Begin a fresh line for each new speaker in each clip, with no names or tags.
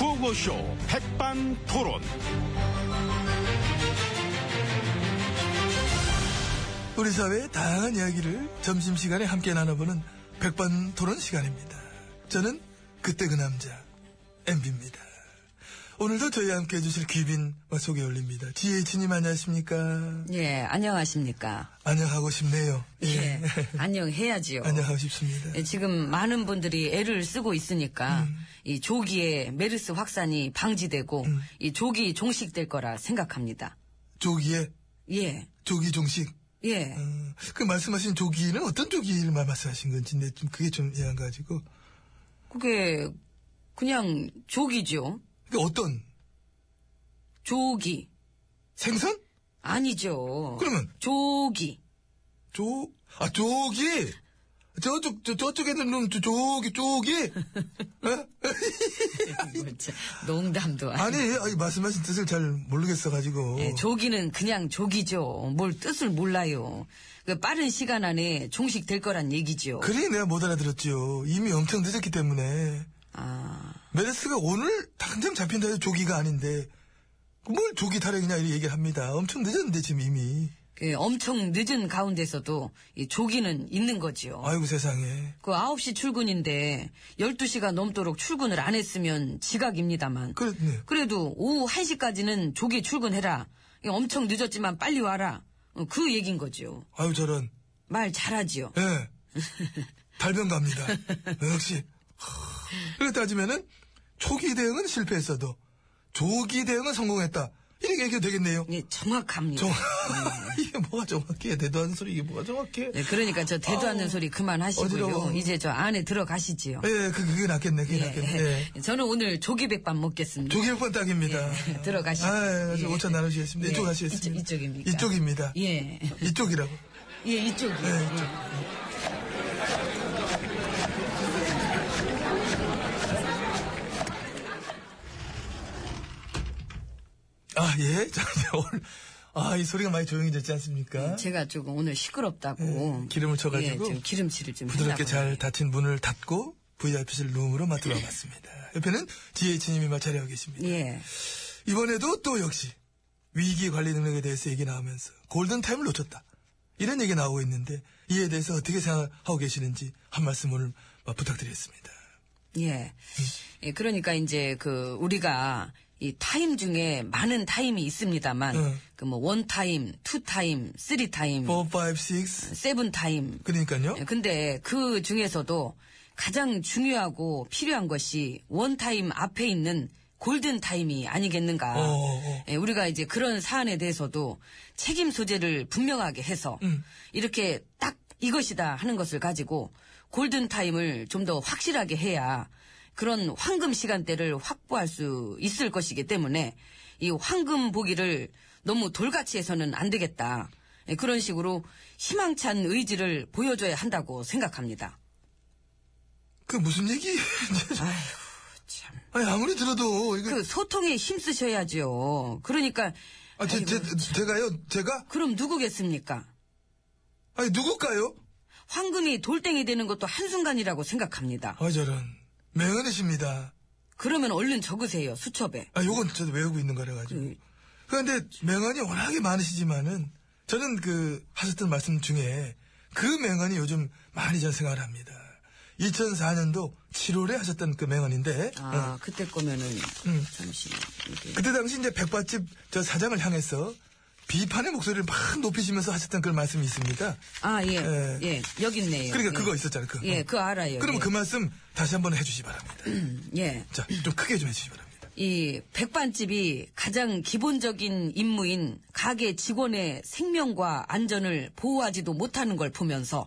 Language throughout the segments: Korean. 라디오쇼 백반토론.
우리 사회의 다양한 이야기를 점심시간에 함께 나눠보는 백반토론 시간입니다. 저는 그때 그 남자 MB입니다. 오늘도 저희와 함께 해주실 귀빈 와 소개 올립니다. GH님 안녕하십니까?
예, 안녕하십니까.
안녕하고 싶네요.
예, 안녕해야지요.
안녕하고 싶습니다.
예, 지금 많은 분들이 애를 쓰고 있으니까
음.
이 조기에 메르스 확산이 방지되고
음.
이 조기 종식될 거라 생각합니다.
조기에
예,
조기 종식.
예.
어, 그 말씀하신 조기는 어떤 조기를 말- 말씀하신 건지 근데 좀 그게 좀 이해안 가지고
그게 그냥 조기죠.
그 어떤
조기
생선?
아니죠.
그러면?
조기
조, 아, 조기! 저쪽, 저, 저쪽에 있는 놈, 저, 조기, 조기! 어?
뭐 참, 농담도
아니, 뭐.
아니.
아니, 말씀하신 뜻을 잘 모르겠어가지고.
예, 조기는 그냥 조기죠. 뭘 뜻을 몰라요. 그 빠른 시간 안에 종식될 거란 얘기죠.
그래, 내가 못 알아들었지요. 이미 엄청 늦었기 때문에.
아.
메르스가 오늘 당장 잡힌다 해도 조기가 아닌데, 뭘 조기 타령이냐, 이렇게 얘기합니다. 엄청 늦었는데, 지금 이미.
그 엄청 늦은 가운데서도 이 조기는 있는 거지요.
아이고, 세상에.
그 9시 출근인데 12시가 넘도록 출근을 안 했으면 지각입니다만.
그래, 네.
도 오후 1시까지는 조기 출근해라. 이 엄청 늦었지만 빨리 와라. 어, 그 얘긴 거죠.
아유, 저런.
말 잘하지요.
예. 달변 갑니다. 네, 역시. 그렇게 따지면은, 초기 대응은 실패했어도, 조기 대응은 성공했다. 이렇게 얘기해도 되겠네요.
예, 정확합니다.
정, 이게 뭐가 정확해. 대도하는 소리, 이게 뭐가 정확해.
네, 그러니까 저 대도하는
아우,
소리 그만하시고요.
어지러워.
이제 저 안에 들어가시지요.
예, 그, 그게 낫겠네, 그게 낫겠네. 예.
예. 저는 오늘 조기백반 먹겠습니다.
조기 백반 딱입니다.
예, 들어가시죠.
아, 예, 예.
예.
5천 나누시겠습니다.
예,
이쪽 하시겠습니다.
이쪽, 이쪽입니까?
이쪽입니다.
예.
이쪽이라고.
예, 이쪽이요.
네,
예,
아, 예? 자, 이제 오늘, 아, 이 소리가 많이 조용해졌지 않습니까?
제가 조금 오늘 시끄럽다고
예, 기름을 쳐가지고
예, 좀 기름칠을 좀
부드럽게
해놔봐요.
잘 닫힌 문을 닫고 VIP실 룸으로 맡으러 왔습니다. 옆에는 GH님이 마찰하고 계십니다.
예.
이번에도 또 역시 위기 관리 능력에 대해서 얘기 나오면서 골든타임을 놓쳤다. 이런 얘기 나오고 있는데 이에 대해서 어떻게 생각하고 계시는지 한 말씀 오늘 부탁드리겠습니다.
예. 예, 그러니까 이제 그 우리가 이 타임 중에 많은 타임이 있습니다만
응.
그 뭐 원타임, 투타임, 쓰리타임,
4, 5, 6
세븐타임.
그러니까요.
예, 근데 그 중에서도 가장 중요하고 필요한 것이 원타임 앞에 있는 골든 타임이 아니겠는가.
어, 어.
예, 우리가 이제 그런 사안에 대해서도 책임 소재를 분명하게 해서
음.
이렇게 딱 이것이다 하는 것을 가지고 골든 타임을 좀 더 확실하게 해야 그런 황금 시간대를 확보할 수 있을 것이기 때문에 이 황금 보기를 너무 돌같이 해서는 안 되겠다. 예, 그런 식으로 희망찬 의지를 보여줘야 한다고 생각합니다.
그 무슨 얘기?
참.
아니 아무리 들어도 이거
그 소통에 힘쓰셔야죠. 그러니까
아, 제,
아이고,
제, 제가요? 제가?
그럼 누구겠습니까?
아니 누굴까요?
황금이 돌덩이 되는 것도 한순간이라고 생각합니다.
아 저런 맹언이십니다.
그러면 얼른 적으세요, 수첩에.
아, 요건 저도 외우고 있는 거라가지고. 그런데 맹언이 워낙에 많으시지만은, 저는 그, 하셨던 말씀 중에, 그 맹언이 요즘 많이 전 생각을 합니다. 2004년도 7월에 하셨던 그 맹언인데,
아,
어,
그때 거면은,
음.
잠시, 이게.
그때 당시 이제 백밭집 저 사장을 향해서 비판의 목소리를 막 높이시면서 하셨던 그런 말씀이 있습니다.
아, 예,
예.
예. 여기 있네요.
그러니까
예.
그거 있었잖아요. 그거.
예, 그거 알아요.
그러면
예.
그 말씀 다시 한번 해주시기 바랍니다.
예.
자, 좀 크게 좀 해주시기 바랍니다.
이 백반집이 가장 기본적인 임무인 가게 직원의 생명과 안전을 보호하지도 못하는 걸 보면서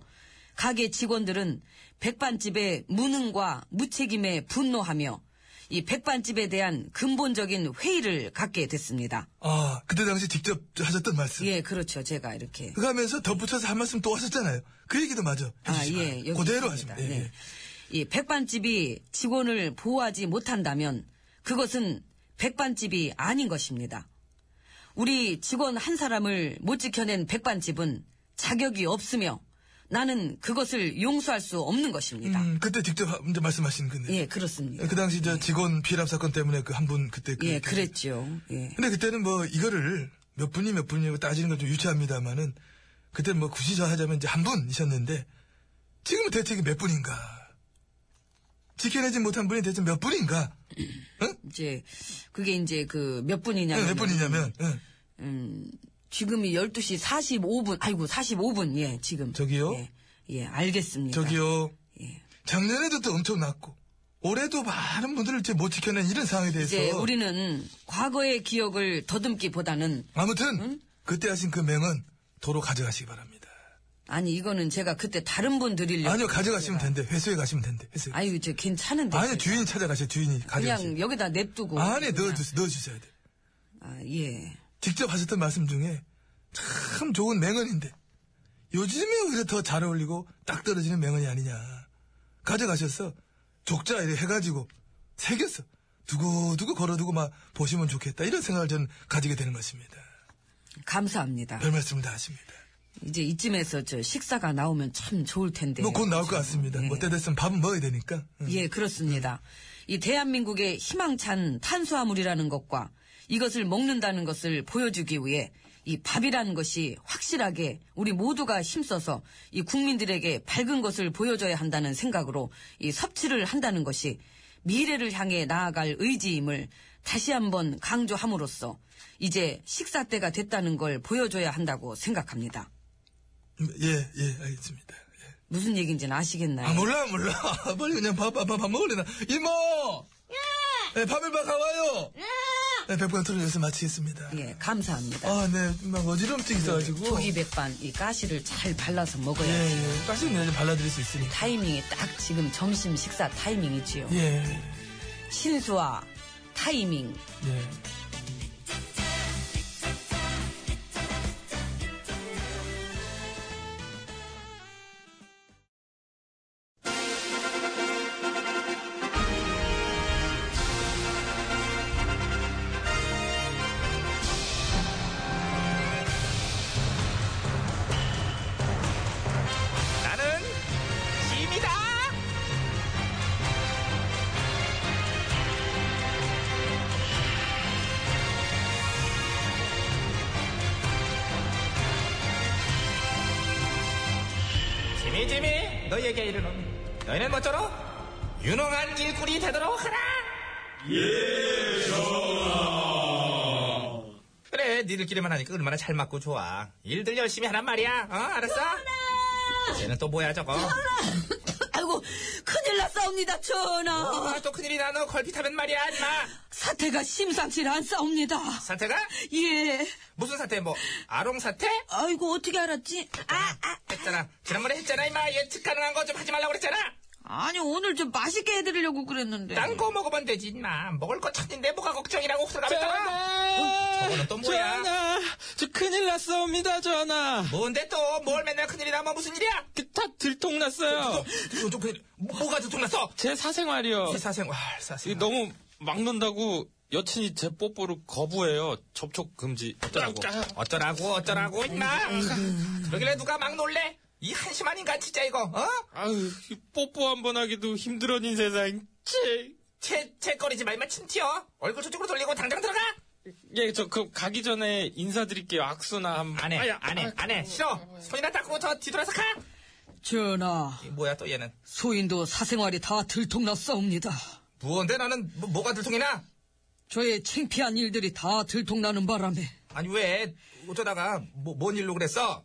가게 직원들은 백반집의 무능과 무책임에 분노하며 이 백반집에 대한 근본적인 회의를 갖게 됐습니다.
아, 그때 당시 직접 하셨던 말씀.
예, 그렇죠. 제가 이렇게.
그거 하면서 덧붙여서 한 말씀 또 하셨잖아요. 그 얘기도 마저
아,
해주시기
예,
바랍니다.
여기
그대로
있습니다.
하십니다. 예,
네. 이 백반집이 직원을 보호하지 못한다면 그것은 백반집이 아닌 것입니다. 우리 직원 한 사람을 못 지켜낸 백반집은 자격이 없으며 나는 그것을 용서할 수 없는 것입니다.
음, 그때 직접 하- 먼저 말씀하신 근데.
예, 그렇습니다.
그 당시 저 직원 피랍 사건 때문에 그 한 분 그때 그
예, 그랬죠. 예.
근데 그때는 뭐 이거를 몇 분이 몇 분이고 따지는 건 좀 유치합니다만은 그때는 뭐 굳이 저 하자면 이제 한 분이셨는데 지금은 대체 이게 몇 분인가? 지켜내지 못한 분이 대체 몇 분인가? 응?
이제 그게 이제 그 몇 분이냐면
예, 네, 몇 분이냐면 응.
음, 지금이 12시 45분. 아이고, 45분. 예, 지금.
저기요?
예, 예, 알겠습니다.
저기요.
예.
작년에도 또 엄청 났고 올해도 많은 분들을 이제 못 지켜낸 이런 상황에 대해서
이제 우리는 과거의 기억을 더듬기보다는
아무튼 그때 하신 그 맹은 도로 가져가시기 바랍니다.
아니 이거는 제가 그때 다른 분 드리려고
아니요 가져가시면 된대 회수해 가시면 된대 회수.
예. 아유, 저 괜찮은데.
아니 주인 찾아가세요 주인이 가져가세요.
그 그냥 여기다 냅두고
안에
그냥.
넣어주, 넣어주셔야 돼.
아, 예.
직접 하셨던 말씀 중에 참 좋은 맹언인데 요즘에 오히려 더 잘 어울리고 딱 떨어지는 맹언이 아니냐. 가져가셔서 족자 이래 해가지고 새겼어. 두고두고 걸어두고 막 보시면 좋겠다. 이런 생각을 저는 가지게 되는 것입니다.
감사합니다.
별 말씀을 다 하십니다.
이제 이쯤에서 저 식사가 나오면 참 좋을 텐데.
뭐 곧 나올 것 같습니다.
예.
뭐 때 됐으면 밥은 먹어야 되니까. 음, 응.
예, 그렇습니다. 이 대한민국의 희망찬 탄수화물이라는 것과 이것을 먹는다는 것을 보여주기 위해 이 밥이라는 것이 확실하게 우리 모두가 힘써서 이 국민들에게 밝은 것을 보여줘야 한다는 생각으로 이 섭취를 한다는 것이 미래를 향해 나아갈 의지임을 다시 한번 강조함으로써 이제 식사 때가 됐다는 걸 보여줘야 한다고 생각합니다.
예, 예, 알겠습니다. 예.
무슨 얘기인지는 아시겠나요?
아, 몰라, 몰라. 빨리 그냥 밥, 밥, 밥, 밥 먹으려나. 이모! 네, 밥을 막 가와요! 네, 백반 토론 여기서 마치겠습니다.
예, 감사합니다.
아, 네, 막 어지럼증 있어가지고.
조기 백반 이 가시를 잘 발라서 먹어야
예,
지
예. 가시는 내가 좀 발라드릴 수 있으니까.
타이밍이 딱 지금 점심 식사 타이밍이지요.
예,
신수와 타이밍.
예.
나는 짐이다. 짐이 짐이 너희에게 이르노니 너희는 모쪼록 유능한 일꾼이 되도록 하라. 예, 전하. 그래, 니들끼리만 하니까 얼마나 잘 맞고 좋아. 일들 열심히 하란 말이야. 어, 알았어? 쟤는 또 뭐야 저거?
아이고 큰일 났사옵니다 전하.
아, 또 큰일이 나너 걸핏하면 말이야 하지마
사태가 심상치 않사옵니다.
사태가?
예.
무슨 사태 뭐 아롱 사태?
아이고 어떻게 알았지? 아, 아.
했잖아 지난번에 했잖아 이마 예측 가능한 거 좀 하지 말라고 그랬잖아
아니 오늘 좀 맛있게 해드리려고 그랬는데.
네.
딴 거 먹으면 되지 임마 먹을 거 찾는데 뭐가 걱정이라고 후들가면다가 저거는 또 뭐야
전하, 저 큰일 났습니다, 전하.
뭔데 또 뭘 맨날 큰일이 나면 뭐 무슨 일이야
그, 다 들통났어요.
이거 좀 큰일 뭐- 뭐가 들통났어
제 사생활이요.
이 사생활 사생활
이거 너무 막 논다고 여친이 제 뽀뽀를 거부해요. 접촉 금지. 어쩌라고.
어쩌라고 어쩌라고 임마 그러길래 누가 막 놀래 이 한심한 인간 진짜 이거 어?
아유, 이 뽀뽀 한 번 하기도 힘들어진 세상. 치.
채, 채거리지 말만 침 튀어 얼굴 저쪽으로 돌리고 당장 들어가
예, 저, 그, 가기 전에 인사드릴게요. 악수나 한 번.
안해
아야,
안해
아,
안해 싫어 손이나 닦고 저 뒤돌아서 가
전하
이게 뭐야 또 얘는
소인도 사생활이 다 들통났사옵니다.
무언데 나는 뭐, 가 들통이나
저의 창피한 일들이 다 들통나는 바람에
아니 왜 어쩌다가 뭐, 뭔 일로 그랬어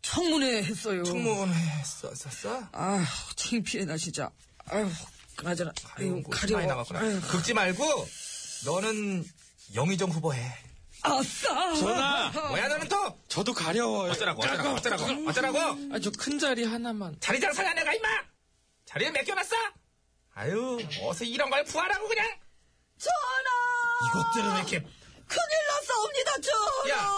청문회 했어요.
청문했어 썼어
아휴, 창피해, 나 진짜. 아휴, 그나저나. 아유,
아이고 많이
가려워.
나갔구나 긁지 말고 너는 영의정 후보해
아싸! 어.
전하!
뭐야 너는 또
저도 가려워요.
어쩌라고 어쩌라고
음.
어쩌라고 어쩌라고
아, 저 큰 자리 하나만.
자리장 사야 내가 임마 자리를 맡겨놨어 아유 어서 이런 걸 부하라고 그냥
전하!
이것들은 왜 이렇게
큰일 났사옵니다, 전하!
야,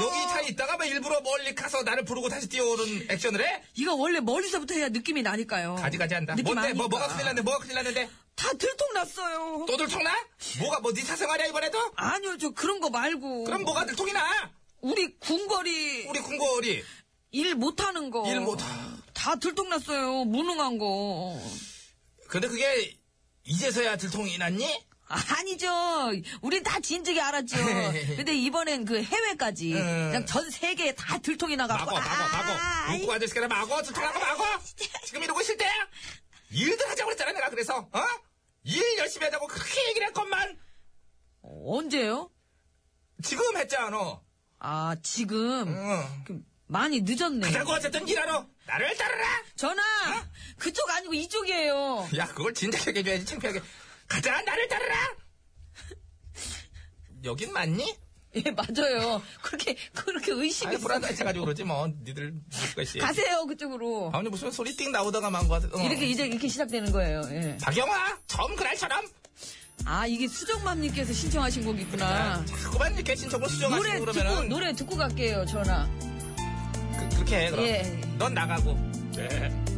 너는 여기 차에 있다가 막 일부러 멀리 가서 나를 부르고 다시 뛰어오는 액션을 해?
이거 원래 머리서부터 해야 느낌이 어. 나니까요.
가지가지 한다.
느낌
뭔데? 뭐,
아니까.
뭐가 큰일 났는데? 뭐가 큰일 났는데?
다 들통났어요.
또 들통나? 뭐가 뭐 네 사생활이야 이번에도?
아니요, 저 그런 거 말고.
그럼 뭐가 들통이 나?
우리 궁궐이
우리 궁궐이
일 못하는 거.
일 못.
다 들통났어요. 무능한 거.
근데 그게 이제서야 들통이 났니?
아니죠. 우린 다 진즉에 알았죠.
네.
근데 이번엔 그 해외까지 그냥 전 세계에 다 들통이 나갖고.
마고 마고
아,
마고
아이,
웃고 아저씨가 마고 들통하고 마고 지금 이러고 있을 때 일들 하자고 그랬잖아 내가 그래서 어? 일 열심히 하자고 그렇게 얘기를 했건만
언제요?
지금 했잖아
아, 지금.
응.
그, 많이 늦었네.
음. 그리고 어쨌든 일하러 나를 따르라
전화!
어?
그쪽 아니고 이쪽이에요.
야, 그걸 진작에 얘기해야지, 창피하게. 가자, 나를 따르라! 여긴 맞니?
예, 맞아요. 그렇게, 그렇게 의심이
아니,
있어.
불안하게 해가지고 그러지, 뭐. 니들, 누가 씨.
가세요, 그쪽으로.
아니, 무슨 소리 띵 나오다가 만거 같아. 어.
이렇게, 이제 이렇게 시작되는 거예요. 예.
박영아! 처음 그날처럼!
아, 이게 수정맘님께서 신청하신 곡이구나.
자꾸만 이렇게 네. 신청을 수정하시고
아. 노래 듣고,
그러면은.
노래 듣고 갈게요, 전화.
그, 렇게 해, 그럼.
예.
넌 나가고.
네.